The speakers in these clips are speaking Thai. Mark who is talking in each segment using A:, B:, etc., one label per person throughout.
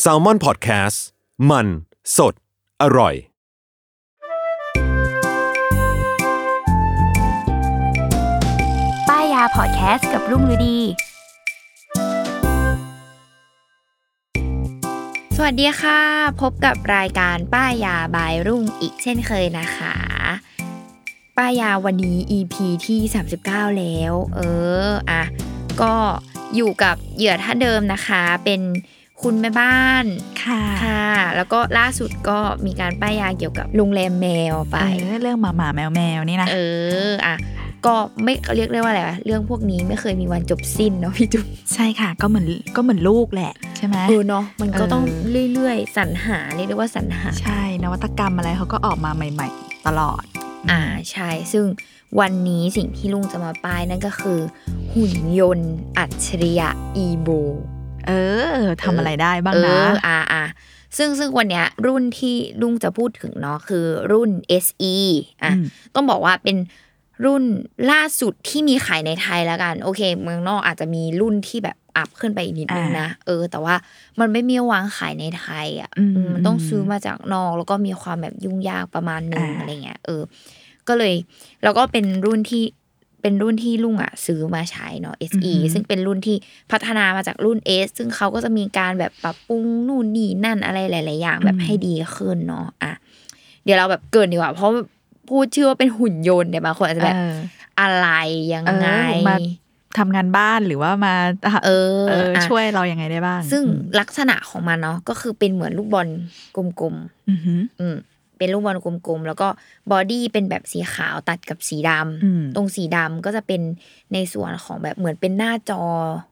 A: แซลมอนพอดแคสต์มันสดอร่อย
B: ป้ายยาพอดแคสต์กับรุ่งฤดี สวัสดีค่ะ พบกับรายการป้ายยาบายรุ่งอีกเช่นเคยนะคะ ป้ายยาวันนี้ EP ที่ 39 แล้ว เอออ่ะก็อยู่กับเหยื่อท่านเดิมนะคะ เป็นคุณแม่บ้าน
C: ค่ะ
B: ค่ะ แล้วก็ล่าสุดก็มีการป้ายยาเกี่ยวกับโรงแรมแมวไป
C: เออเรื่องหมาหมาแมวแมวนี่นะ
B: เออ อ่ะ ก็ไม่เรียกได้ว่าอะไรวะ เรื่องพวกนี้ไม่เคยมีวันจบสิ้นเนาะ พี่จุ๊บ
C: ใช่ค่ะก็เหมือนก็เหมือนลูกแหละใช่ไหม
B: เออเนาะ มันก็ต้อง
C: เออ
B: เรื่อยๆ สรรหา เรียกได้ว่าสรรหา
C: ใช่นวัตกรรมอะไรเขาก็ออกมาใหม่ ๆ ตลอด
B: อ่า ใช่ ซึ่งวันนี้สิ่งที่ลุงจะมาป้ายนั่นก็คือ หุ่นยนต์อัจฉริยะอีโบ
C: เออทำอะไรได้บ้าง
B: เอ
C: นะ
B: ออ่าอ่าซึ่งซึ่งวันเนี้ยรุ่นที่ลุงจะพูดถึงเนาะคือรุ่น SE อ่ะ
C: อืม
B: ต้องบอกว่าเป็นรุ่นล่าสุดที่มีขายในไทยแล้วกัน โอเค เมืองนอกอาจจะมีรุ่นที่แบบอัพขึ้นไปอีกนิดนึงนะ เออ แต่ว่ามันไม่มีวางขายในไทยอ่ะ
C: อืม
B: อืมมันต้อง
C: อืม
B: ซื้อมาจากนอก แล้วก็มีความแบบยุ่งยากประมาณหนึ่ง
C: อ่า
B: อะไรเงี้ย เออ ก็เลย แล้วก็เป็นรุ่นที่เป็นรุ่นที่ลุงอ่ะซื้อมาใช้เนาะ SE
C: อือหือ
B: ซึ่งเป็นรุ่นที่พัฒนามาจากรุ่น S ซึ่งเขาก็จะมีการแบบปรับปรุงนู่นนี่นั่นอะไรหลาย ๆ อย่างแบบให้ดีขึ้นเนาะอ่ะเดี๋ยวเราแบบเกรินดีกว่า เพราะพูดชื่อว่าเป็นหุ่นยนต์เนี่ยบางคนอาจจะแบบ
C: เออ
B: อะไรยังไง
C: เออมา ทำงานบ้านหรือว่ามา
B: เออ
C: เออ
B: อ่ะ
C: ช่วยเรายังไงได้บ้าง
B: ซึ่งลักษณะของมันเนาะก็คือเป็นเหมือนลูกบอลกลม ๆ
C: อืมอืม
B: อืมเป็นลูกบอลกลมๆ แล้วก็บอดี้เป็นแบบสีขาวตัดกับสีดำ
C: อืม
B: ตรงสีดำก็จะเป็นในส่วนของแบบเหมือนเป็นหน้าจอ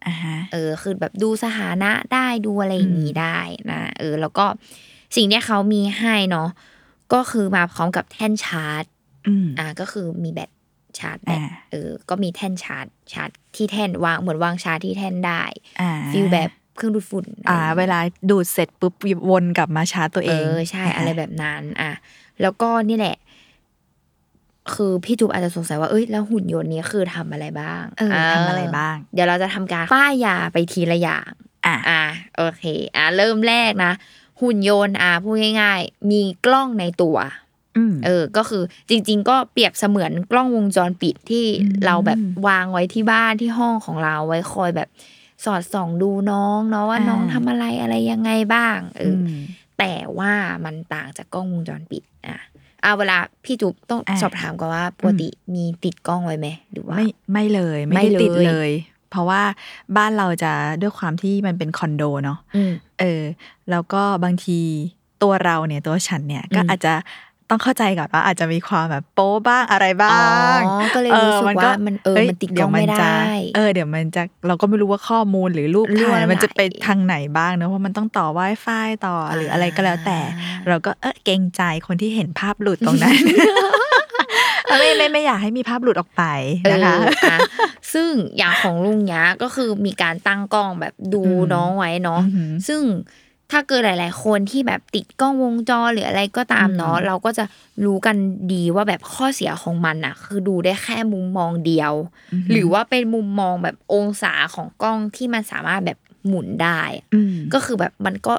C: อ่าฮะ
B: เออคือแบบดูสถานะได้ดูอะไรอย่างนี้ได้นะเออ แล้วก็สิ่งที่เขามีให้เนาะก็คือมาพร้อมกับแท่นชาร์จ
C: อืม
B: อ่าก็คือมีแบตชาร์จแบต
C: อ่า
B: เออ ก็มีแท่นชาร์จชาร์จที่แท่นวางเหมือนวางชาร์จที่แท่นได้
C: อ่า
B: ฟิลแบบเครื่องดูดฝุ่น
C: อ่า เวลาดูดเสร็จปุ๊บวนกลับมาชาร์จตัวเอง
B: เออใช่อะไรแบบนั้น อ่ะแล้วก็นี่แหละ คือพี่จุ๊บอาจจะสงสัยว่าเอ้ยแล้วหุ่นยนต์นี้คือทำอะไรบ้าง
C: เออทำอะไรบ้าง
B: เดี๋ยวเราจะทำการป้ายยาไปทีละอย่าง
C: อ่า
B: อ่ะโอเค อ่ะเริ่มแรกนะ หุ่นยนต์อ่ะพูดง่ายๆ มีกล้องในตัว
C: อืม
B: เออ ก็คือจริง ๆ ก็เปรียบเสมือนกล้องวงจรปิดที่
C: อืม
B: เราแบบวางไว้ที่บ้านที่ห้องของเราไว้คอยแบบสอดส่องดูน้องเนาะว่าน้องทำอะไรอะไรยังไงบ้างเอออ
C: ม
B: แต่ว่ามันต่างจากกล้องวงจรปิดอ่ะอ่ะเวลาพี่จุ๊บต้อง
C: อ่ะ
B: สอบถามก่อนว่าปกติมีติดกล้องไว้ไหมหรือว่า
C: ไม่ไม่เลยไม่
B: ไม่
C: ได้ติด
B: เลย
C: เลย เพราะว่าบ้านเราจะด้วยความที่มันเป็นคอนโดเนาะ
B: อืม
C: เออ แล้วก็บางทีตัวเราเนี่ยตัวฉันเนี่ยก็
B: อืม
C: อาจจะต้องเข้าใจก่อนว่าอาจจะมีความแบบโป๊บ้างอะไร
B: อ๋
C: บ้าง
B: อก็เลยรู้สึกว่ามันเออ
C: ฮ้ย
B: มันติดก
C: เย
B: ล้ว องไม่
C: นจะ
B: ได้
C: เออเดี๋ยวมันจะเราก็ไม่รู้ว่าข้อมูลหรือรูป
B: รั่ว
C: ถ่ายมันจะไป
B: ไหล
C: ทางไหนบ้างเนอะเพราะมันต้องต่อ Wi-Fi ต่อหรืออะไรก็แล้วแต่
B: อ่า
C: เราก็เออเกรงใจคนที่เห็นภาพหลุด ตรงนั้น เออไม่ไม่ไม่อยากให้มีภาพหลุดออกไปนะคะ
B: เอออ่ะซึ่งอย่างของลุงยะก็คือมีการตั้งกล้องแบบดู
C: อืม
B: น้องไว้เนาะ
C: อือหือ
B: ซึ่งถ้าเกิดหลาย ๆ คนที่แบบติดกล้องวงจรหรืออะไรก็ตามเนาะ
C: อืม
B: เราก็จะรู้กันดีว่าแบบข้อเสียของมันอะคือดูได้แค่มุมมองเดียว หรือว่าเป็นมุมมองแบบองศาของกล้องที่มันสามารถแบบหมุนได้
C: ม
B: ก็คือแบบมันก็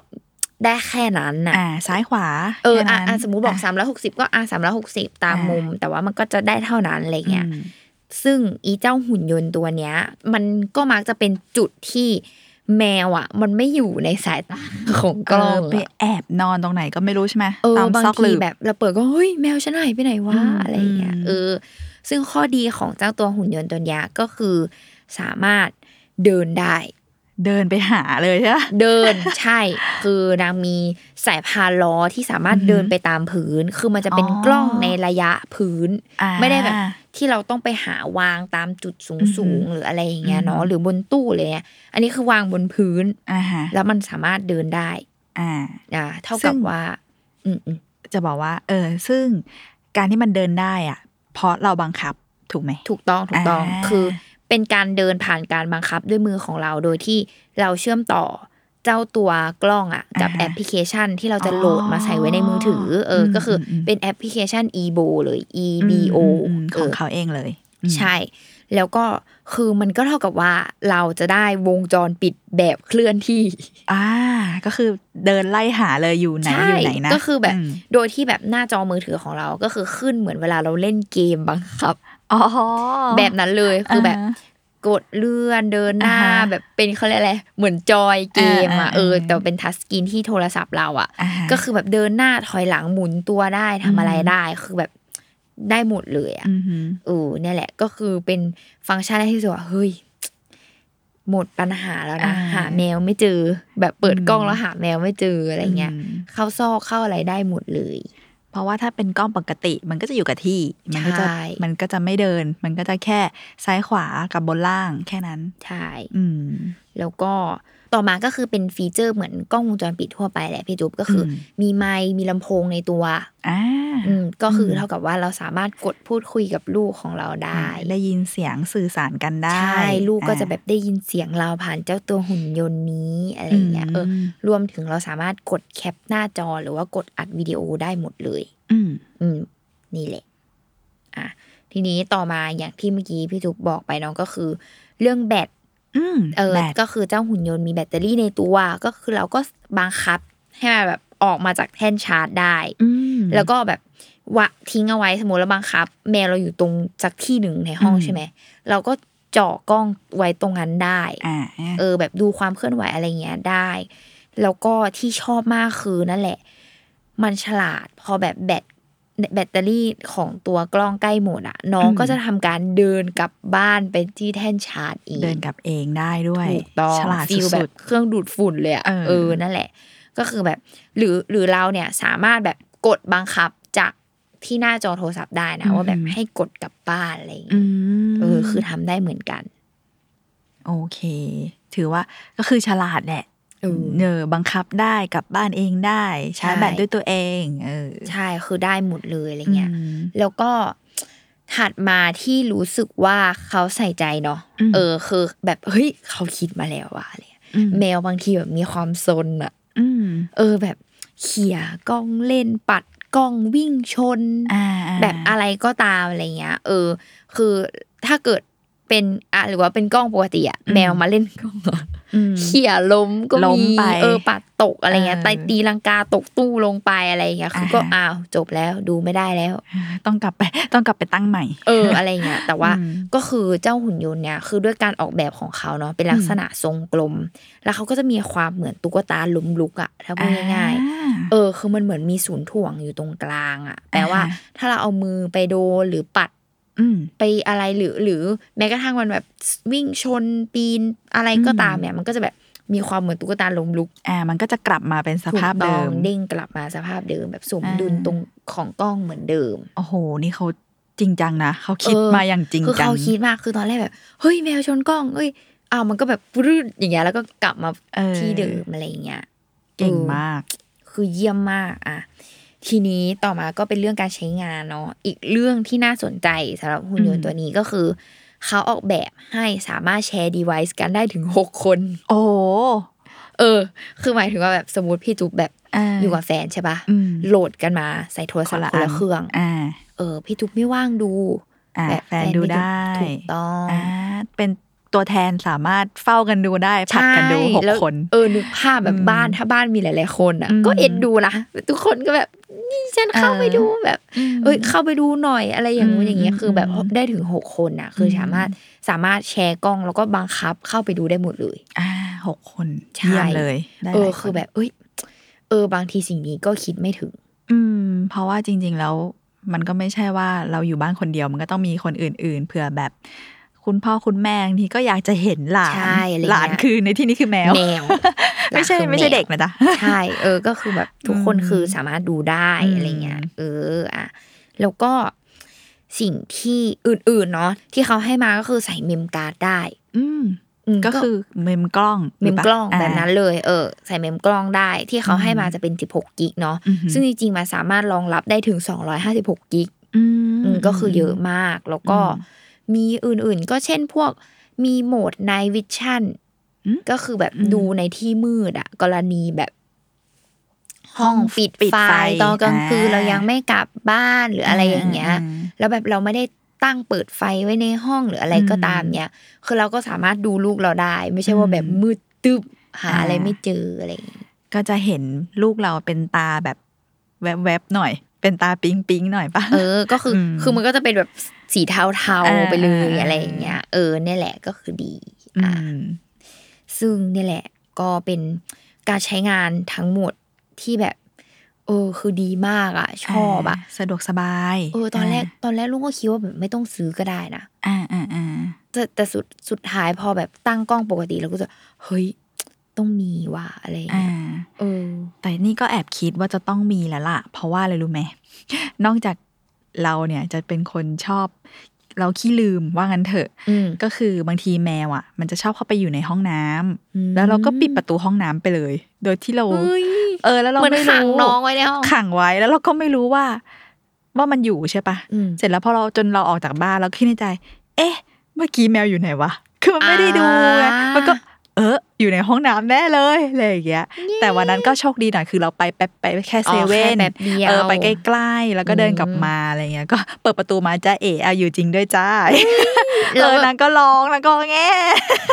B: ได้แค่นั้นน่ะ
C: อ่าซ้ายขวา
B: เออ
C: แค่
B: อ่ะ
C: นั้น
B: อ่ะสมมติบอก 360 ก็อ่ะ360 ตาม
C: อ่ามุ
B: มุม แต่ว่ามันก็จะได้เท่านั้นอะไรเงี้ย
C: อืม
B: ซึ่งอีเจ้าหุ่นยนต์ตัวเนี้ย มันก็มักจะเป็นจุดที่ แมวอ่ะ มันไม่อยู่ในสายตาของกล้อง
C: เไป
B: อะ
C: แอบนอนตรงไหนก็ไม่รู้ใช่ไหม
B: เออ
C: ตาม
B: บาง
C: ซอกห
B: ที
C: ลืบ
B: แบบเราเปิดก็เฮ้ยแมวฉันหายไปไหนวะ
C: อืม
B: อะไรอย่างเงี้ย
C: อืม
B: เออ ซึ่งข้อดีของเจ้าตัวหุ่นยนต์ตัวเนี้ยก็คือ สามารถเดินได้
C: เดินไปหาเลยใช่ปะ
B: เดิน ใช่ คือนางมีสายพานล้อที่สามารถ
C: อือหือ
B: เดินไปตามพื้น คือมันจะเป็น
C: อ๋อก
B: ล้องในระยะพื้น
C: อ่า
B: ไม่ได้แบบที่เราต้องไปหาวางตามจุดสูง
C: อือหื
B: สู
C: อง
B: หรืออะไรอย่างเงี้ย
C: อือหือ
B: เนาะหรือบนตู้เลยเนี่ยอันนี้คือวางบนพื้น
C: อ่าฮะ
B: แล้วมันสามารถเดินได้
C: อ่า
B: อ่าเท่า
C: ซึ่
B: กับ
C: ง
B: ว่า อืมอืม
C: จะบอกว่า เออ ซึ่งการที่มันเดินได้อ่ะ เพราะเราบังคับถูกไหม
B: ถูกต้องถูกต้อง
C: อ่า
B: คือเป็นการเดินผ่านการบังคับด้วยมือของเราโดยที่เราเชื่อมต่อเจ้าตัวกล้องอ่ะ กับแอปพลิเคชันที่เราจะโหลดมาใส่ไว้ในมือถืออเอออ ก็คืออเป็นแอปพลิเคชัน ebo หรือ ebo
C: มมม
B: เ
C: ของเขาเองเลยอืม
B: ใช่ แล้วก็คือมันก็เท่ากับว่าเราจะได้วงจรปิดแบบเคลื่อนที่
C: อ่า ก็คือเดินไล่หาเลยอยู่ไหนอยู่ไหนนะ
B: ก็คือแบบ
C: ม
B: โดยที่แบบหน้าจอมือถือของเราก็คือขึ้นเหมือนเวลาเราเล่นเกมบังคับ
C: อ๋อ
B: แบบนั้นเลยคือแบบ
C: อ่าฮะ
B: กดเลื่อนเดินหน้า
C: อ่าฮะ
B: แบบเป็นเขาเรียกอะไรเหมือนจอยเกมอ่ะ
C: อ่าอ่า
B: เออ
C: อ่า
B: แต่เป็นทัชสกรีนที่โทรศัพท์เราอ่ะ
C: อ่าฮะ
B: ก็คือแบบเดินหน้าถอยหลังหมุนตัวได้ทำอะไร
C: อืม
B: ได้คือแบบได้หมดเลยอ่ะ
C: อหือ
B: เออเนี่ยแหละก็คือเป็นฟังก์ชันแรกที่รู้สึกว่าเฮ้ย หมดปัญหาแล้วนะ
C: อ่า
B: หาแมวไม่เจอ แบบเปิดกล้อง
C: อืม
B: แล้วหาแมวไม่เจออะไรเงี้ย
C: อืม
B: เข้าซอกเข้าอะไรได้หมดเลย
C: เพราะว่าถ้าเป็นกล้องปกติมันก็จะอยู่กับที่ มันก็จะ
B: ใช่
C: มันก็จะไม่เดิน มันก็จะแค่ซ้ายขวากับบนล่างแค่นั้น
B: ใช่
C: อืม
B: แล้วก็ต่อมาก็คือเป็นฟีเจอร์เหมือนกล้องวงจรปิดทั่วไปแหละพี่จุ๊บก็คืออ
C: ม
B: มีไมค์มีลำโพงในตัว
C: อ่า
B: อืมก็คืออ
C: ม
B: เท่ากับว่าเราสามารถกดพูดคุยกับลูกของเราได้
C: ได้ยินเสียงสื่อสารกันได้
B: ใช่ลูกก็จะ
C: อ่า
B: แบบได้ยินเสียงเราผ่านเจ้าตัวหุ่นยนต์นี้อะไรเงี้ยเอออ
C: ม
B: รวมถึงเราสามารถกดแคปหน้าจอหรือว่ากดอัดวิดีโอได้หมดเลย
C: อืม
B: อืม นี่แหละ อ่ะ ทีนี้ต่อมาอย่างที่เมื่อกี้พี่จุ๊บบอกไปเน้องก็คือ เรื่องแบต
C: อืม
B: เออ
C: แบบ
B: ก็คือเจ้าหุ่นยนต์มีแบตเตอรี่ในตัว ก็คือเราก็บังคับให้มันแบบออกมาจากแท่นชาร์จได้
C: อืม
B: แล้วก็แบบวะทิ้งเอาไว้สมมติเราบังคับ แมวเราอยู่ตรงสักที่หนึ่งในห้อง
C: อืม
B: ใช่ไหม เราก็เจาะกล้องไว้ตรงนั้นได้
C: อ่า
B: เออแบบดูความเคลื่อนไหวอะไรเงี้ยได้ แล้วก็ที่ชอบมากคือนั่นแหละ มันฉลาดพอแบบแบตแบตเตอรี่ของตัวกล้องใกล้หมดอะน้อง
C: อืม
B: ก็จะทำการเดินกลับบ้านไปที่แท่นชาร์จเอง
C: เดินกลับเองได้ด้วย
B: ถูกต้อง
C: ฉลาด
B: ฟีลแบ
C: สุ
B: บ
C: ด
B: เครื่องดูดฝุ่นเลยอะ
C: เออ
B: เออนั่นแหละ ก็คือแบบ หรือหรือเราเนี่ยสามารถแบบกดบังคับจากที่หน้าจอโทรศัพท์ได้นะว่าแบบให้กดกลับบ้านอะไรอย่าง
C: ๆอื
B: เงี้ย
C: ม
B: เออคือทำได้เหมือนกัน
C: โอเค ถือว่าก็คือฉลาดแหละ
B: เออ
C: เนอบังคับได้กลับบ้านเองได้ชาร์จ
B: ใช่
C: แบตด้วยตัวเอง เออ
B: ใช่คือได้หมดเลยอะไรเงี้ย
C: อืม
B: แล้วก็ถัดมาที่รู้สึกว่าเขาใส่ใจเนาะ
C: อืม
B: เออ คือแบบเฮ้ยเขาคิดมาแล้วว่ะอะไรเงี้ย
C: อืม
B: แมวบางทีแบบมีความซนอะ
C: อืม
B: เออแบบเขี่ยกล้องเล่นปัดกล้องวิ่งชน
C: อ่าอ่า
B: แบบอะไรก็ตามอะไรเงี้ย เออ คือถ้าเกิดเป็นอ่ะหรือว่าเป็นกล้องปกติอะแมวมาเล่นกล้องอะ
C: อืม
B: เขี่ยล้มก็
C: ล้ม
B: มี
C: ไป
B: เออปัดตกอะไรเงี้ย
C: เออ
B: ไตตีลังกาตกตู้ลงไปอะไรเงี้ยคือก็
C: อ่าฮะ
B: อ้าวจบแล้วดูไม่ได้แล้ว
C: ต้องกลับไป ต้องกลับไปตั้งใหม่
B: เอออะไรเงี้ยแต่ว่า
C: อืม
B: ก็คือเจ้าหุ่นยนต์เนี่ยคือด้วยการออกแบบของเขาเนาะเป็นลักษณะทรงกลม แล้วเขาก็จะมีความเหมือนตุ๊กตาล้มลุกอะถ้าพูดง่ายๆเออคือมันเหมือนมีศูนย์ถ่วงอยู่ตรงกลางอะแปลว่า
C: อ่าฮะ
B: ถ้าเราเอามือไปโดนหรือปัด
C: อืม
B: ไปอะไรหรือหรือแม้กระทั่งมันแบบวิ่งชนปีนอะไรก็
C: อืม
B: ตามเนี่ย มันก็จะแบบมีความเหมือนตุ๊กตาล้มลุก
C: อ่า มันก็จะกลับมาเป็นสภาพ
B: ถูกต้
C: เดิ
B: อง
C: ม
B: เด้งกลับมาสภาพเดิม แบบสม
C: อ่า
B: ดุลตรงของกล้องเหมือนเดิม
C: โอ้โห นี่เขาจริงจังนะเขาคิด
B: เออ
C: มาอย่างจริง
B: คือ
C: จัง
B: เขาคิดมากคือตอนแรกแบบเฮ้ยแมวชนกล้องเอ้ยอ้าวมันก็แบบปรืดอย่างเงี้ยแล้วก็กลับมา
C: เออ
B: ที่เดิมอะไรอย่างเงี้ย
C: เก่ง
B: ออ
C: มาก
B: คือเยี่ยมมากอ่ะทีนี้ต่อมาก็เป็นเรื่องการใช้งานเนาะอีกเรื่องที่น่าสนใจสำหรับหุ่นยนต์
C: อืม
B: ตัวนี้ก็คือ เขาออกแบบให้สามารถแชร์ device กันได้ถึง 6 คน
C: โอ้โห
B: เออ คือหมายถึงว่าแบบสมมติพี่จุ๊บแบบ
C: า
B: อยู่กับแฟนใช่ปะ
C: อืม
B: โหลดกันมาใส่โทรศัพท์คนละเครื่อง
C: อ่า
B: เออพี่จุ๊บไม่ว่างดู
C: อ่า
B: บบ
C: แฟน
B: พี่
C: ดู
B: จุ๊บ
C: ได้
B: ถูกต้อง
C: อ่าเป็น ตัวแทนสามารถเฝ้ากันดูได้ผลัดกันดูหก
B: ใช่แล้ว
C: คน
B: เออนึกภาพแบบ
C: อืม
B: บ้านถ้าบ้านมีหลายๆคนอ่ะ
C: อืม
B: ก็เอ็นดูนะทุกคนก็แบบนี่ฉันเข้าไปดูแบบ เอ้ยเข้าไปดูหน่อยอะไรอย่างงู้น
C: อืม
B: อย่างเงี้ยคือแบบ
C: อืม
B: ได้ถึงหกคนอ่ะ คืออ
C: ม
B: สามารถสามารถแชร์กล้องแล้วก็บังคับเข้าไปดูได้หมดเลย
C: อ่าหกคน
B: ใช่
C: เยี่ยมเลยได้ห
B: เอ
C: ลาย
B: อน คือแบบ เอ้ย เออบางทีสิ่งนี้ก็คิดไม่ถึง
C: อืม เพราะว่าจริง ๆ แล้ว มันก็ไม่ใช่ว่าเราอยู่บ้านคนเดียวมันก็ต้องมีคนอื่น ๆ เผื่อแบบ คุณพ่อคุณแม่บางทีก็อยากจะเห็นหลาน
B: ใช่อะไรเงี้ย
C: หลานคือในที่นี้คือแมว
B: แมว
C: ไม่ใช่
B: หลักคือ
C: ไม่ใช่
B: แว
C: เด็กนะจ๊ะ
B: ใช่ เออ ก็คือแบบทุกคน
C: อืม
B: คือสามารถดูได้
C: อืม
B: อะไรเงี้ย เออ อ่ะ แล้วก็สิ่งที่อื่นๆ เนาะที่เขาให้มาก็คือใส่เมมการ์ดได้อืม
C: ก็คือเมมกล้อง
B: เมมกล้อง
C: หรืเปา
B: แบบนั้น
C: อ่า
B: เลย เออ ใส่เมมกล้องได้ ที่เขาให้มาจะเป็น 16 กิกเนาะ
C: อือหือ
B: ซึ่งจริงๆ มันสามารถรองรับได้ถึง 256 กิก
C: อื
B: อื
C: ม
B: มก็คือเยอะมาก แล้วก็
C: อืม
B: มีอื่นๆ ก็เช่นพวกมีโหมด night vision
C: อืม
B: ก็คือแบบ
C: อืม
B: ดูในที่มืดอะกรณีแบบห้องปิด
C: ปิด
B: ไฟ
C: ไฟ
B: ตอนกลางคืน
C: อ่า
B: เรายังไม่กลับบ้านหรืออะไรอย่างเงี้ย แล้วแบบเราไม่ได้ตั้งเปิดไฟไว้ในห้องหรืออะไรก็ตามเนี่ย คือเราก็สามารถดูลูกเราได้ ไม่ใช่ว่าแบบมืดตึบหาอะไรไม่เจออะไรอย่างเงี้ย
C: ก็จะเห็นลูกเราเป็นตาแบบแวบๆหน่อย เป็นตาปิ๊งปิ๊งๆหน่อยปะ
B: เออ ก็คืออ
C: ม
B: คือมันก็จะเป็นแบบสีเทา
C: อ่า
B: ๆไปเลย
C: อ่า
B: อะไรอย่างเงี้ย เออเนี่ยแหละก็คือดีอ่า
C: ม
B: ซึ่งนี่แหละก็เป็นการใช้งานทั้งหมดที่แบบ เออ คือดีมากอะชอบอะ
C: าสะดวกสบาย
B: เออตอนแรกตอนแรกลุงก็คิดว่าแบบไม่ต้องซื้อก็ได้นะ
C: อ่าอ่าอ่า
B: แต่แต่สุดสุดท้ายพอแบบตั้งกล้องปกติแล้วก็จะเฮ้ยต้องมีว่ะอะไรอย่าง
C: อ่า
B: เงี้ยเออ
C: แต่นี่ก็แอบคิดว่าจะต้องมีแล้วล่ะ เพราะว่าอะไรรู้ไหม นอกจากเราเนี่ยจะเป็นคนชอบ เราขี้ลืมว่างั้นเถอะ
B: อืม
C: ก็คือบางทีแมวอ่ะ มันจะชอบเข้าไปอยู่ในห้องน้ำ
B: อืม
C: แล้วเราก็ปิดประตูห้องน้ำไปเลย โดยที่เรา
B: เฮ้ย
C: เออแล้วเรา
B: เหมือน
C: ไม่
B: ขั
C: รู้
B: งน้องไว้ในห้อง
C: ขังไว้แล้วเราก็ไม่รู้ว่า ว่ามันอยู่ใช่ปะ
B: อืม
C: เสร็จแล้วพอเราจนเราออกจากบ้านเราคิดในใจ เอ๊ะ เมื่อกี้แมวอยู่ไหนวะคือมันไม่ได้ดูไง
B: อ่ามั
C: มันก็ เอออยู่ในห้องน้ำแน่เลยอะไรอย่างเงี้ย แต่วันนั้นก็โชคดีหน่อยคือเราไปแป๊บไปแค่เซเว่
B: อ๋
C: น
B: อแค่แบบเดียว
C: เออไปใกล้ๆแล้วก็เดินกลับมาอะไรเงี้ย ก็เปิดประตูมาจ้าเอ๋เอาอยู่จริงด้วยจ้าเอ
B: แล้ว
C: อ
B: แบบ
C: นางก็ร้องนางก็แง่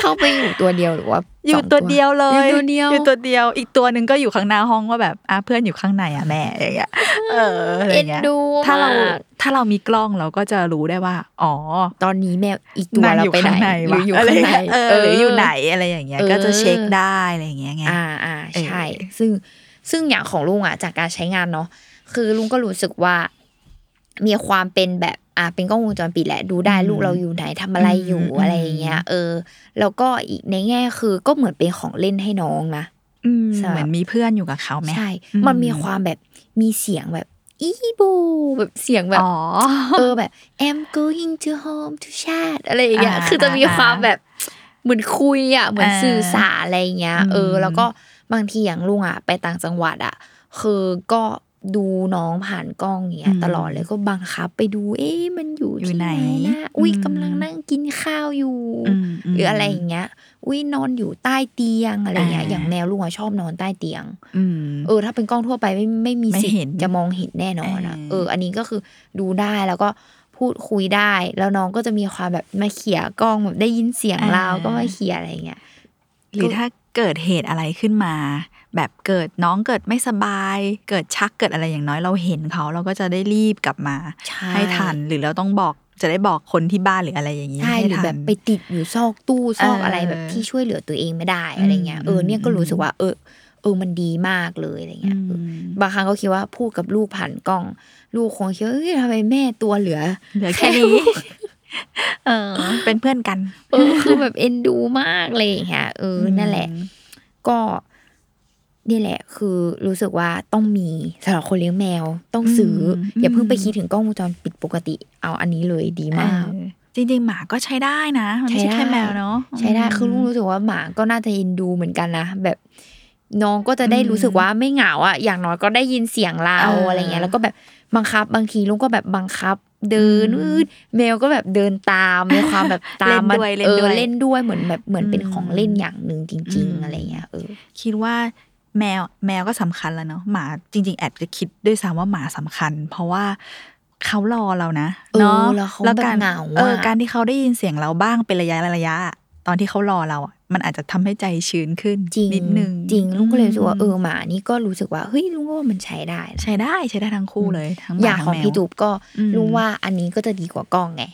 B: เข้าไปอยู่ตัวเดียวหรือว่า
C: อยู่
B: สง
C: ตัวเดียวเล
B: อ
C: ย
B: ยู่ตัวเดียว
C: อยู่ตัวเดียว อีกตัวหนึ่งก็อยู่ข้างหน้าห้องว่าแบบอ่ะเพื่อนอยู่ข้างในอ่ะแม่อย่างเงี้ยเอออะไร
B: เอ็น
C: เงี้ย
B: ดู
C: ถ้าเรา
B: มก
C: ถ้าเรามีกล้องเราก็จะรู้ได้ว่า อ๋อ
B: ตอนนี้แมวอีกตัว
C: นั่ง
B: เรา
C: อยู่
B: ไปไหน
C: ข้างใน
B: หรื
C: วะ
B: ออยู่
C: อะไร
B: ข้างใน
C: เงี้ยเออหรืออยู่ไหนอะไรอย่างเงี้ย
B: เออ
C: ก็จะเช็คได้อะไรอย่างเงี้ยไง
B: อ่าอ่าใช่
C: เออ
B: ซึ่งซึ่งอย่างของลุงอ่ะจากการใช้งานเนาะคือลุงก็รู้สึกว่า มีความเป็นแบบอ่าเป็นกล้องวงจรปิดแหละ ดูได้ลูกเราอยู่ไหนทำอะไรอยู่อะไรอย่างเงี้ยเออ แล้วก็อีกในแง่คือก็เหมือนเป็นของเล่นให้น้องนะ
C: อืม
B: สำหรับ
C: เหมือนมีเพื่อนอยู่กับเขาไหม
B: ใช่
C: อืม
B: มันมีความแบบมีเสียงแบบ อีบูแบบเสียงแบบ
C: อ๋อ
B: เอ อแบบ I'm going to home to chat อะไรอย่างเงี้ย
C: อ่า
B: คือจะมีความ
C: อ่า
B: แบบเหมือนคุยอ่ะ เหมือน
C: อ่า
B: สื่อสารอะไรอย่างเงี้ย
C: อืม
B: เออ แล้วก็บางทีอย่างลุงอ่ะ ไปต่างจังหวัดอ่ะ คือก็ดูน้องผ่านกล้องอย่างเงี้ย ตลอดเลยก็บังคับไปดู เอ๊ะมันอยู่
C: อยู่
B: ที่
C: ไห
B: ไห
C: น
B: นนะ อุ้ย
C: อืม
B: กำลังนั่งกินข้าวอยู่
C: มม
B: หรืออะไรอย่างเงี้ย อุ้ยนอนอยู่ใต้เตียงอะไรอย่างเงี้ย
C: อ่า
B: อย่างแมวลุงอ่ะชอบนอนใต้เตียง
C: อืม
B: เออถ้าเป็นกล้องทั่วไปไม่ไม่มี
C: ไม่
B: สิท
C: เห็น
B: ธิ์จะมองเห็นแน่นอนอะ
C: เออ
B: เออ อันนี้ก็คือดูได้แล้วก็พูดคุยได้ แล้วน้องก็จะมีความแบบมาเขี่ยกล้องแบบได้ยินเสียงเราก็มาเขี่ยอะไรอย่างเงี้ย
C: หรือถ้าเกิดเหตุอะไรขึ้นมา แบบเกิดน้องเกิดไม่สบาย เกิดชักเกิดอะไรอย่างน้อยเราเห็นเขาเราก็จะได้รีบกลับมา
B: ใช่
C: ทันหรือเราต้องบอกจะได้บอกคนที่บ้านหรืออะไรอย่างนี้
B: ใช่
C: ห้
B: หรือ
C: ทัน
B: แบบไปติดอยู่ซอกตู้ซอก
C: เอออ
B: อะไรแบบที่ช่วยเหลือตัวเองไม่ได้อะไรเงี้ยเออ
C: อืม
B: เนี่ยก็รู้สึก
C: อืม
B: ว่า เออ เออมันดีมากเลยอะไร
C: อื
B: เงี้ยเออ
C: ม
B: บางครั้งก็คิดว่าพูดกับลูกผ่านกล้อง ลูกคงคิดว่าเอ้ยทำไมแม่ตัวเหลือ
C: เหลือแค่ นี้ เออ เป็นเพื่อนกัน
B: เออ คือแบบเอ็นดูมากเลยอย่างเงี้ยเอออ
C: ม
B: นั่นแหละ ก็นี่แหละ คือรู้สึกว่าต้องมีสำหรับคนเลี้ยงแมวต้องซื้อออย่าเพิ่งไปคิดถึงกล้องวงจรปิดปกติ เอาอันนี้เลยดีมาก
C: เออจริงๆ หมาก็ใช้ได้นะมันไม่ใช่
B: ใช้ได้
C: แค่แมวเนาะ
B: ใช่ได้
C: ม
B: คือลุงรู้สึกว่าหมาก็น่าจะเอ็นดูเหมือนกันนะแบบน้องก็จะได้
C: อืม
B: รู้สึกว่าไม่เหงาอ่ะอย่างน้อยก็ได้ยินเสียงเรา
C: เอออ
B: อะไรเงี้ยแล้วก็แบบบังคับ บางทีลุงก็แบบบังคับ เดิน
C: อืม
B: อืดแมวก็แบบเดินตามมีความแบบตามมั
C: เล่นด้วย
B: เอน
C: เล่
B: อ
C: ด้วย
B: เล่นด้วยเหมือนแบบเหมือนเป็น
C: อืม
B: ของเล่นอย่างหนึ่งจริง
C: อืม
B: ๆ อะไรเงี้ยเออ
C: คิดว่าแมวแมวก็สำคัญแล้วเนาะหมาจริง ๆ แอบจะคิดด้วยซ้ำว่าหมาสำคัญ เพราะว่าเขารอเรานะ
B: เออ
C: เนาะ
B: แล้วเขาแบบ
C: การ
B: เหงาอะ
C: เออการที่เขาได้ยินเสียงเราบ้างเป็นระยะระยะ ตอนที่เขารอเราอะมันอาจจะทำให้ใจชื้นขึ้น
B: จริง
C: นิดนึง
B: จริงลุงก็เลยรู้สึกว่าเออ
C: ม
B: หมานี่ก็รู้สึกว่าเฮ้ยลุงก็ว่ามันใช้ได้นะ
C: ใช้ได้ใช้ได้ทั้งคู่เลยทั้งห
B: อ
C: มา
B: ย่าง
C: ทั้
B: ของ
C: แม
B: พี่
C: ว
B: จูบก็
C: อืม
B: รู้ว่าอันนี้ก็จะดีกว่ากล้องไง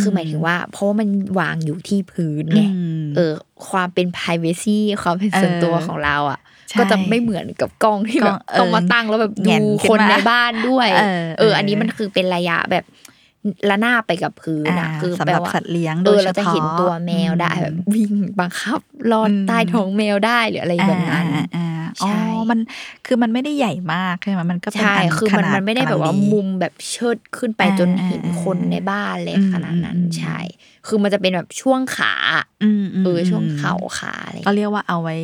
B: คือหมายถึงว่า เพราะมันวางอยู่ที่พื้นไง
C: อืม
B: เออ ความเป็น p r i เวซีความเป็นส่วนตัวของเราอ่ะ
C: ใช่
B: ก็จะไม่เหมือนกับกล้องที่
C: ก
B: แบ
C: ล้
B: บ
C: องเออ
B: ต้องมาตั้งแล้วแบบ
C: แหง
B: ดู
C: นขึ้น
B: คน
C: มา
B: ในบ้านด้วย
C: เออเอออั
B: นนี้มันคือเป็นระยะแบบละหน้าบไปกับพื้นนะ
C: อ่า
B: คือ
C: สำ
B: แปล
C: หรับ
B: ว่า
C: สัตว์เลี้ยงโด
B: เอยอ
C: เฉ
B: เราจะ
C: พาะ
B: เห็นตัวแมวได้
C: อืม
B: แบบวิ่งบังคับลอด
C: อืม
B: ใต้ท้องแมวได้หรืออะไรแบบนั้น
C: อ่าอ่าอ่าอ๋อ
B: ใช่
C: มันคือมันไม่ได้ใหญ่มากใช่ไหมมันก็เป็น
B: ใช่
C: ตาม
B: คือ
C: ข
B: มัน
C: นาด
B: มันไม่ได้
C: กำ
B: แบ
C: ลั
B: บ
C: ง
B: ว่ามุมแบบเชิดขึ้นไป
C: อ่า
B: จนเห็น
C: อ่า
B: คนในบ้านเลย
C: อืม
B: ขนาดนั้น
C: อืม
B: ใช่ คือมันจะเป็นแบบช่วงขา
C: อืมม
B: เอออ
C: ม
B: ช่วงเข่าขาอะไรอย่าง
C: ก็
B: เงี้ย
C: เรียกว่าเอาไว้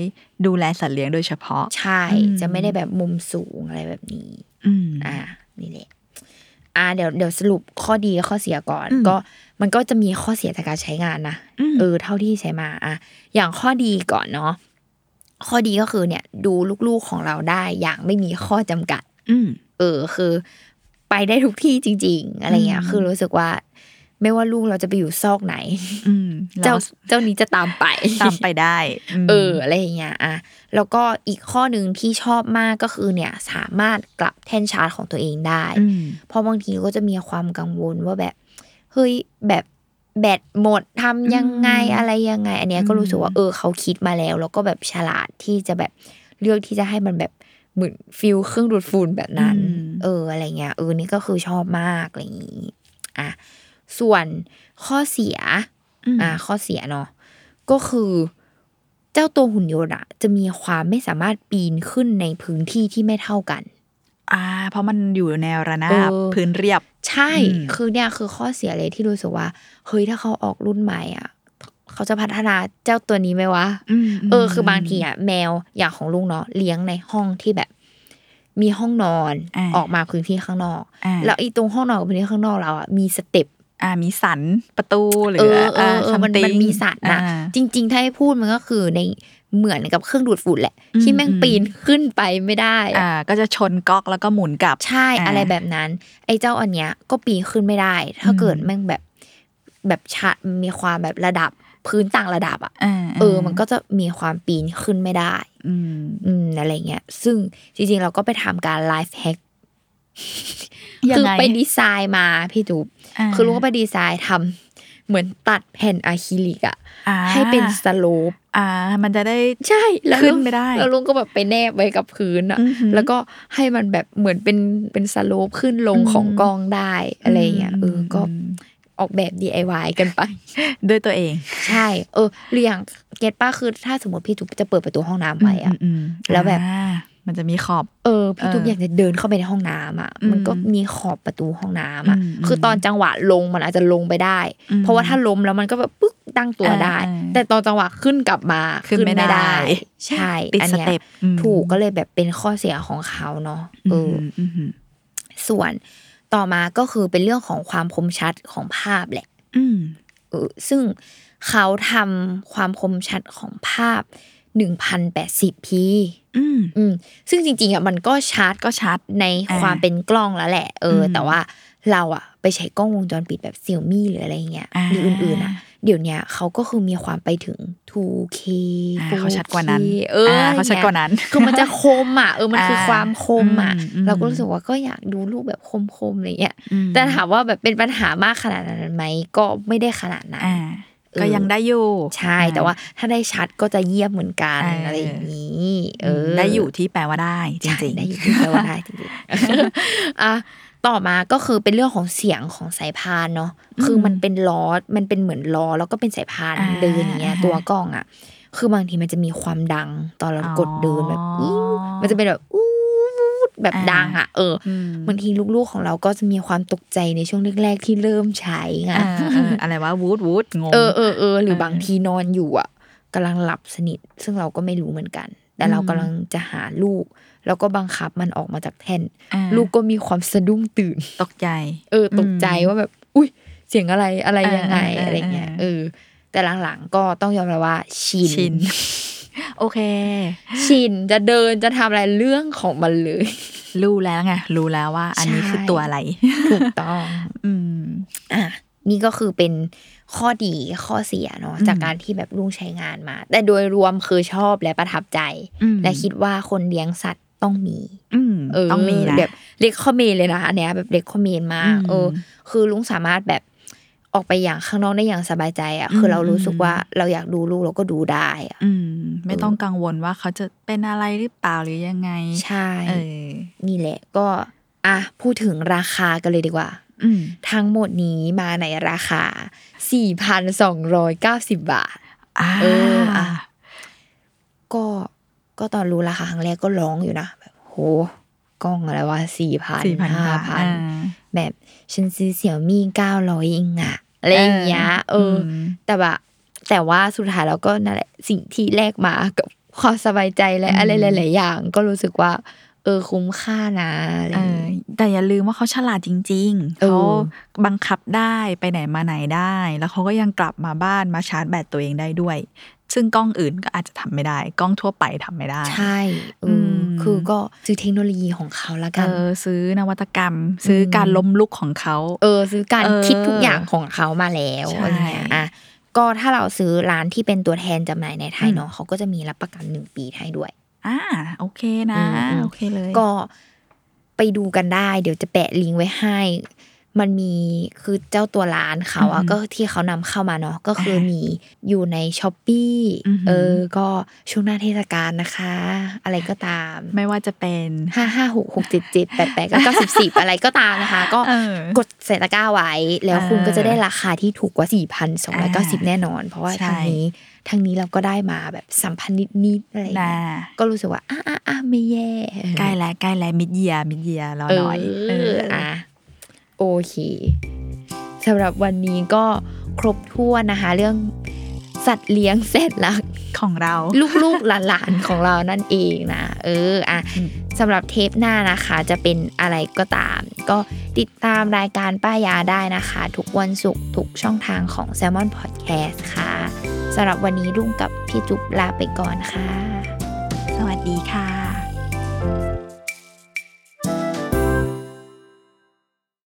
C: ดูแลสัตว์เลี้ยงโดยเฉพาะ
B: ใช่
C: อืม
B: จะไม่ได้แบบมุมสูงอะไรแบบนี้
C: อืม
B: อ่านี่แหละอ่าเดี๋ยวเดี๋ยวสรุปข้อดีและข้อเสียก่อน
C: อืม
B: ก็มันก็จะมีข้อเสียจากการใช้งานนะ
C: อืม
B: เออ เท่าที่ใช้มาอ่ะอย่างข้อดีก่อนเนาะข้อดีก็คือเนี่ยดูลูกๆของเราได้อย่างไม่มีข้อจำกัด
C: อืม
B: เออคือไปได้ทุกที่จริง ๆ อะไรเงี้ย
C: อืม
B: คือรู้สึกว่า ไม่ว่าลูกเราจะไปอยู่ซอก ไหน
C: อืม
B: เจ้า
C: เรา
B: เจ้านี้จะตามไป
C: ตามไปได้ม
B: เอออะไรอย่างเงี้ยอ่ะแล้วก็อีกข้อหนึ่งที่ชอบมากก็คือเนี่ยสามารถกลับแท่นชาร์จของตัวเองได้
C: อืม
B: เพราะบางทีก็จะมีความกังวลว่าแบบเฮ้ยแบบแบตหมดทำยังไง
C: อืม
B: อะไรยังไง อันเนี้ยก็รู้สึกว่า
C: อืม
B: เออเขาคิดมาแล้ว แล้วก็แบบฉลาดที่จะแบบเลือกที่จะให้มันแบบเหมือนฟิลเครื่องดูดฝุ่นแบบนั้น เอออะไรเงี้ยเออนี่ก็คือชอบมากอะไรอย่างงี้อ่ะส่วนข้อเสีย
C: ม
B: อ่าข้อเสียเนาะก็คือ เจ้าตัวหุ่นยนต์อะจะมีความไม่สามารถปีนขึ้นในพื้นที่ที่ไม่เท่ากัน
C: อ่า เพราะมันอยู่แนวระนาบ
B: เออ
C: พื้นเรียบ
B: ใช่
C: อืม
B: คือเนี่ยคือข้อเสียเลยที่รู้สึกว่า เฮ้ยถ้าเขาออกรุ่นใหม่อ่ะ เขาจะพัฒนาเจ้าตัวนี้ไหมวะ
C: ม
B: เออ คือบางทีอ่ะแมวอย่างของลุงเนาะเลี้ยงในห้องที่แบบ มีห้องนอน
C: า
B: ออกมาพื้นที่ข้างนอก
C: อ่า
B: แล้วไอ้ตรงห้องนอนกับพื้นที่ข้างนอกเราอ่ะมีสเต็ป
C: อ่ามีสันประตูหรือ
B: เออเออเออมัน
C: something
B: มันมีสัตว์นะ
C: อ่า
B: จริง ๆ ถ้าให้พูดมันก็คือในเหมือนกับเครื่องดูดฝุ่นแหละ
C: อืม
B: ที่แม่งปีนขึ้นไปไม่ได้อะ
C: อ่า ก็จะชนก๊อกแล้วก็หมุนกลับ
B: ใช่
C: อ่า
B: อะไรแบบนั้น ไอ้เจ้าอันเนี้ยก็ปีนขึ้นไม่ได้ ถ้า
C: อืม
B: เกิดแม่งแบบแบบชะมีความแบบระดับพื้นต่างระดับอ่ะ
C: อ่า
B: เออ มันก็จะมีความปีนขึ้นไม่ได้
C: อืม
B: อืมอะไรเงี้ยซึ่งจริง ๆ เราก็ไปทำการไลฟ์แฮก
C: ยังไง
B: คือไปดีไซน์มาพี่จุ๊บคือรู้ว่าไปดีไซน์ทำเหมือนตัดแผ่นอะคริลิกอะ
C: อ่า
B: ให้เป็นสโลป
C: อ่า มันจะได้
B: ใช่แล้ว
C: ขึ้
B: ลุ
C: น
B: ง
C: ไม่ได้
B: แล้วลุงก็แบบไปแนบไว้กับพื้นอ่ะ
C: อือหือ
B: แล้วก็ให้มันแบบเหมือนเป็นเป็นสโลปขึ้นลง
C: อืม
B: ของกองได้อะไรอย่างเงี้ยเออก็
C: ม
B: ออกแบบ DIY กันไป
C: ด้วยตัวเอง
B: ใช่ เออหรืออย่างเก็ตป้าคือถ้าสมมติพี่ทุบจะเปิดประตูห้องน้ำไว้อ่ะ
C: มม
B: แล้วแบบ
C: อ่ามันจะมีขอบ
B: เออพี่ทุบ
C: เอออย
B: อากจะเดินเข้าไปในห้องน้ำอ่ะ
C: อืม
B: มันก็มีขอบประตูห้องน้ำอ่ะ
C: อืม
B: คือตอนจังหวะลงมันอาจจะลงไปได้
C: อืม
B: เพราะว่าถ้าล้มแล้วมันก็แบบปึ๊กตั้งตัว
C: อ่า
B: ได้
C: อ่า
B: แต่ตอนจังหวะขึ้นกลับมา
C: ขึ้นไม่ได้
B: ใช่
C: ติด
B: อันนี้ย
C: สเต็ปอืม
B: ถูกก็เลยแบบเป็นข้อเสียของเขาเนาะเอออ
C: มอืมอืม
B: ส่วนต่อมาก็คือเป็นเรื่องของความคมชัดของภาพแหละ
C: อืม
B: เออซึ่งเขาทำความคมชัดของภาพ 1080p
C: อืม
B: อืมซึ่งจริงๆอ่ะมันก็ชัด
C: ก็ชัด
B: ในความ
C: อ่า
B: เป็นกล้องแล้วแหละ เอออ
C: ม
B: แต่ว่าเราอ่ะ ไปใช้กล้องวงจรปิดแบบเซี่ยมี่หรืออะไรเงี้ย
C: อ่า
B: หรืออื่นๆอ่ะ เดี๋ยวเนี้ยเขาก็คือมีความไปถึง 2K
C: อ่า
B: 4K
C: เขาชัดกว่านั้น
B: เอออ
C: เขาชัดกว่านั้น
B: คือมันจะคมอ่ะเออมันคือ
C: อ่า
B: ความคมอ่ะ
C: อืมอืม
B: เราก็รู้สึกว่าก็อยากดูรูปแบบคมๆอะไรเงี้ย
C: อืม
B: แต่ถามว่าแบบเป็นปัญหามากขนาดนั้นไหมก็ไม่ได้ขนาดนั้น
C: อ่า
B: เออ
C: ก็ยังได้อยู่
B: ใช่แต่ว่าถ้าได้ชัดก็จะเยี่ยมเหมือนกันอะไรอย่างนี้เออ
C: ได้อยู่ที่แปลว่าได้จ
B: ใช่
C: ริงๆ
B: ได้อยู่ที่แปลว่าได้จริงๆ อ่ะต่อมาก็คือเป็นเรื่องของเสียงของสายพานเนาะคือมันเป็นล้อมันเป็นเหมือนล้อแล้วก็เป็นสายพานเดินอย่างเงี้ยตัวกล้องอ่ะ คือบางทีมันจะมีความดังตอนเรากดเดินแบบ
C: อ๋
B: อี้
C: อ
B: มันจะเป็นแบบอู้ดแบบ
C: อ่า
B: ดังอ่ะ เอออ
C: ม
B: บางทีลูกๆของเราก็จะมีความตกใจในช่วงแรกๆที่เริ่มใช้ไง
C: อ่าเอออะไรวะวูดวูดงง
B: เออเออเออหรื
C: เออบ
B: อางทีนอนอยู่อ่ะกำลังหลับสนิท ซึ่งเราก็ไม่รู้เหมือนกัน แต่เรากำลังจะหาลูก แล้วก็บังคับมันออกมาจากแท่น
C: อ่า
B: ลูกก็มีความสะดุ้งตื่น
C: ตกใจ
B: เออตกใจว่าแบบ อุ้ยเสียงอะไรอะไรยังไง
C: เออเออเอออ
B: อะไรเงี้ยเออ แต่หลังๆก็ต้องยอมรับว่าชิน
C: ชิน โอเค
B: ชินจะเดินจะทำอะไรเรื่องของมันเลย
C: รู้แล้วไงรู้แล้วว่า อันนี้
B: ใช่
C: คือตัวอะไร
B: ถูกต้อง
C: อืม
B: อ่ะนี่ก็คือเป็น ข้อดีข้อเสียเนาะ
C: อืม
B: จากการที่แบบลุงใช้งานมา แต่โดยรวมคือชอบและประทับใจ
C: อืม
B: และคิดว่าคนเลี้ยงสัตว์ต้องมี
C: อืม
B: เ
C: ต้องมีนะ
B: แบบเล็กคอมเมนเลยนะอันเนี้ยแบบเล็กคอมเมนมาก
C: อืม
B: เออ คือลุงสามารถแบบออกไปอย่างข้างนอกได้อย่างสบายใจอ่ะคืออ
C: ม
B: เรารู้สึกว่าเราอยากดูลูกเราก็ดูได้อ่ะ
C: อืม ไม่
B: เออ
C: ต้องกังวลว่าเขาจะเป็นอะไรหรือเปล่าหรือยังไง
B: ใช่
C: เออ
B: นี่แหละก็อ่ะพูดถึงราคากันเลยดีกว่า
C: อืม
B: ทั้งหมดนี้มาในราคา 4,290 บาท
C: อ่า
B: เอออ่ะ ก็ก็ตอนรู้ราคาครั้งแรกก็ร้องอยู่นะแบบโหกล้องอะไรวะสี่พัน
C: สี่พัน
B: ห้า
C: ห้า
B: พันแบบฉันซื้อเสี่ยวมี่เก้าร้อยเองอะอะไรอย่างเงี้ยเอออ แต่ว่าแต่ว่าสุดท้ายเราก็นั่นแหละสิ่งที่แลกมากับความสบายใจและอะไรหลาย ๆ อย่าง ก็รู้สึกว่า เออคุ้มค่านะอะไร
C: เอ
B: อย่าง
C: อ
B: เงี้ย
C: แต่อย่าลืมว่าเขาฉลาดจริง ๆ
B: เออ
C: เขาบังคับได้ไปไหนมาไหนได้ แล้วเขาก็ยังกลับมาบ้านมาชาร์จแบตตัวเองได้ด้วย ซึ่งกล้องอื่นก็อาจจะทำไม่ได้ กล้องทั่วไปทำไม่ได้
B: ใช่เอออ
C: ม
B: คือก็ซื้อเทคโนโลยีของเขาละ
C: เอ
B: กัน
C: อซื้อนวัตกรรม ซื้ออ
B: ม
C: การล้มลุกของเขา
B: เออซื้อการ
C: เออ
B: คิดทุกอย่างของเขามาแล้ว
C: ใช่
B: อะไรเงี้ยอ่ะก็ถ้าเราซื้อร้านที่เป็นตัวแทนจำหน่ายในไทย
C: อืม
B: เนาะเขาก็จะมีรับประกันหนึ่งปีให้ด้วย
C: อ่าโอเคนะ
B: อืมอืม
C: โอเคเลย
B: ก็ไปดูกันได้ เดี๋ยวจะแปะลิงก์ไว้ให้ มันมีคือเจ้าตัวร้านเขาอะก็ที่เขานำเข้ามาเนาะก็คือมีอยู่ในช้อปปี้เออ ก็ช่วงหน้าเทศกาลนะคะ อะไรก็ตาม
C: ไม่ว่าจะเป็น
B: ห้าห้าหกหกเจ็ดเจ็ดแปดแปดเก้าสิบสิบอะไรก็ตามนะคะ ก็
C: เออก
B: ดใส่ตะกร้าไว้ แล้วคุณก็จะได้ราคาที่ถูกกว่าสี่พันสองร้อยเก้าสิบแน่นอน เพราะว่า
C: ใช่
B: ทางนี้ทางนี้เราก็ได้มาแบบสัมพันธ์นิดๆอะไรอย่าง
C: นะ
B: เงี้ยก็รู้สึกว่าอ่ะอ่ะอ่ะไม่แย่
C: ใกล้แล้วใกล้แล้วมิดเยียมิดเยียรอ
B: เอ
C: ห
B: อ
C: น่อย
B: เอออ่ะโอเคสำหรับวันนี้ก็ครบถ้วนนะคะ เรื่องสัตว์เลี้ยงแสน รัก
C: ของเรา
B: ลูกๆ หลานๆ ของเรานั่นเองนะ เอออ่ะ
C: อืม
B: สำหรับเทปหน้านะคะ จะเป็นอะไรก็ตาม ก็ติดตามรายการป้ายาได้นะคะ ทุกวันศุกร์ทุกช่องทางของ s ซ l m o n Podcast ค่ะสำหรับวันนี้รุ่งกับพี่จุ๊บลาไปก่อนค่ะ
C: สวัสดีค่ะ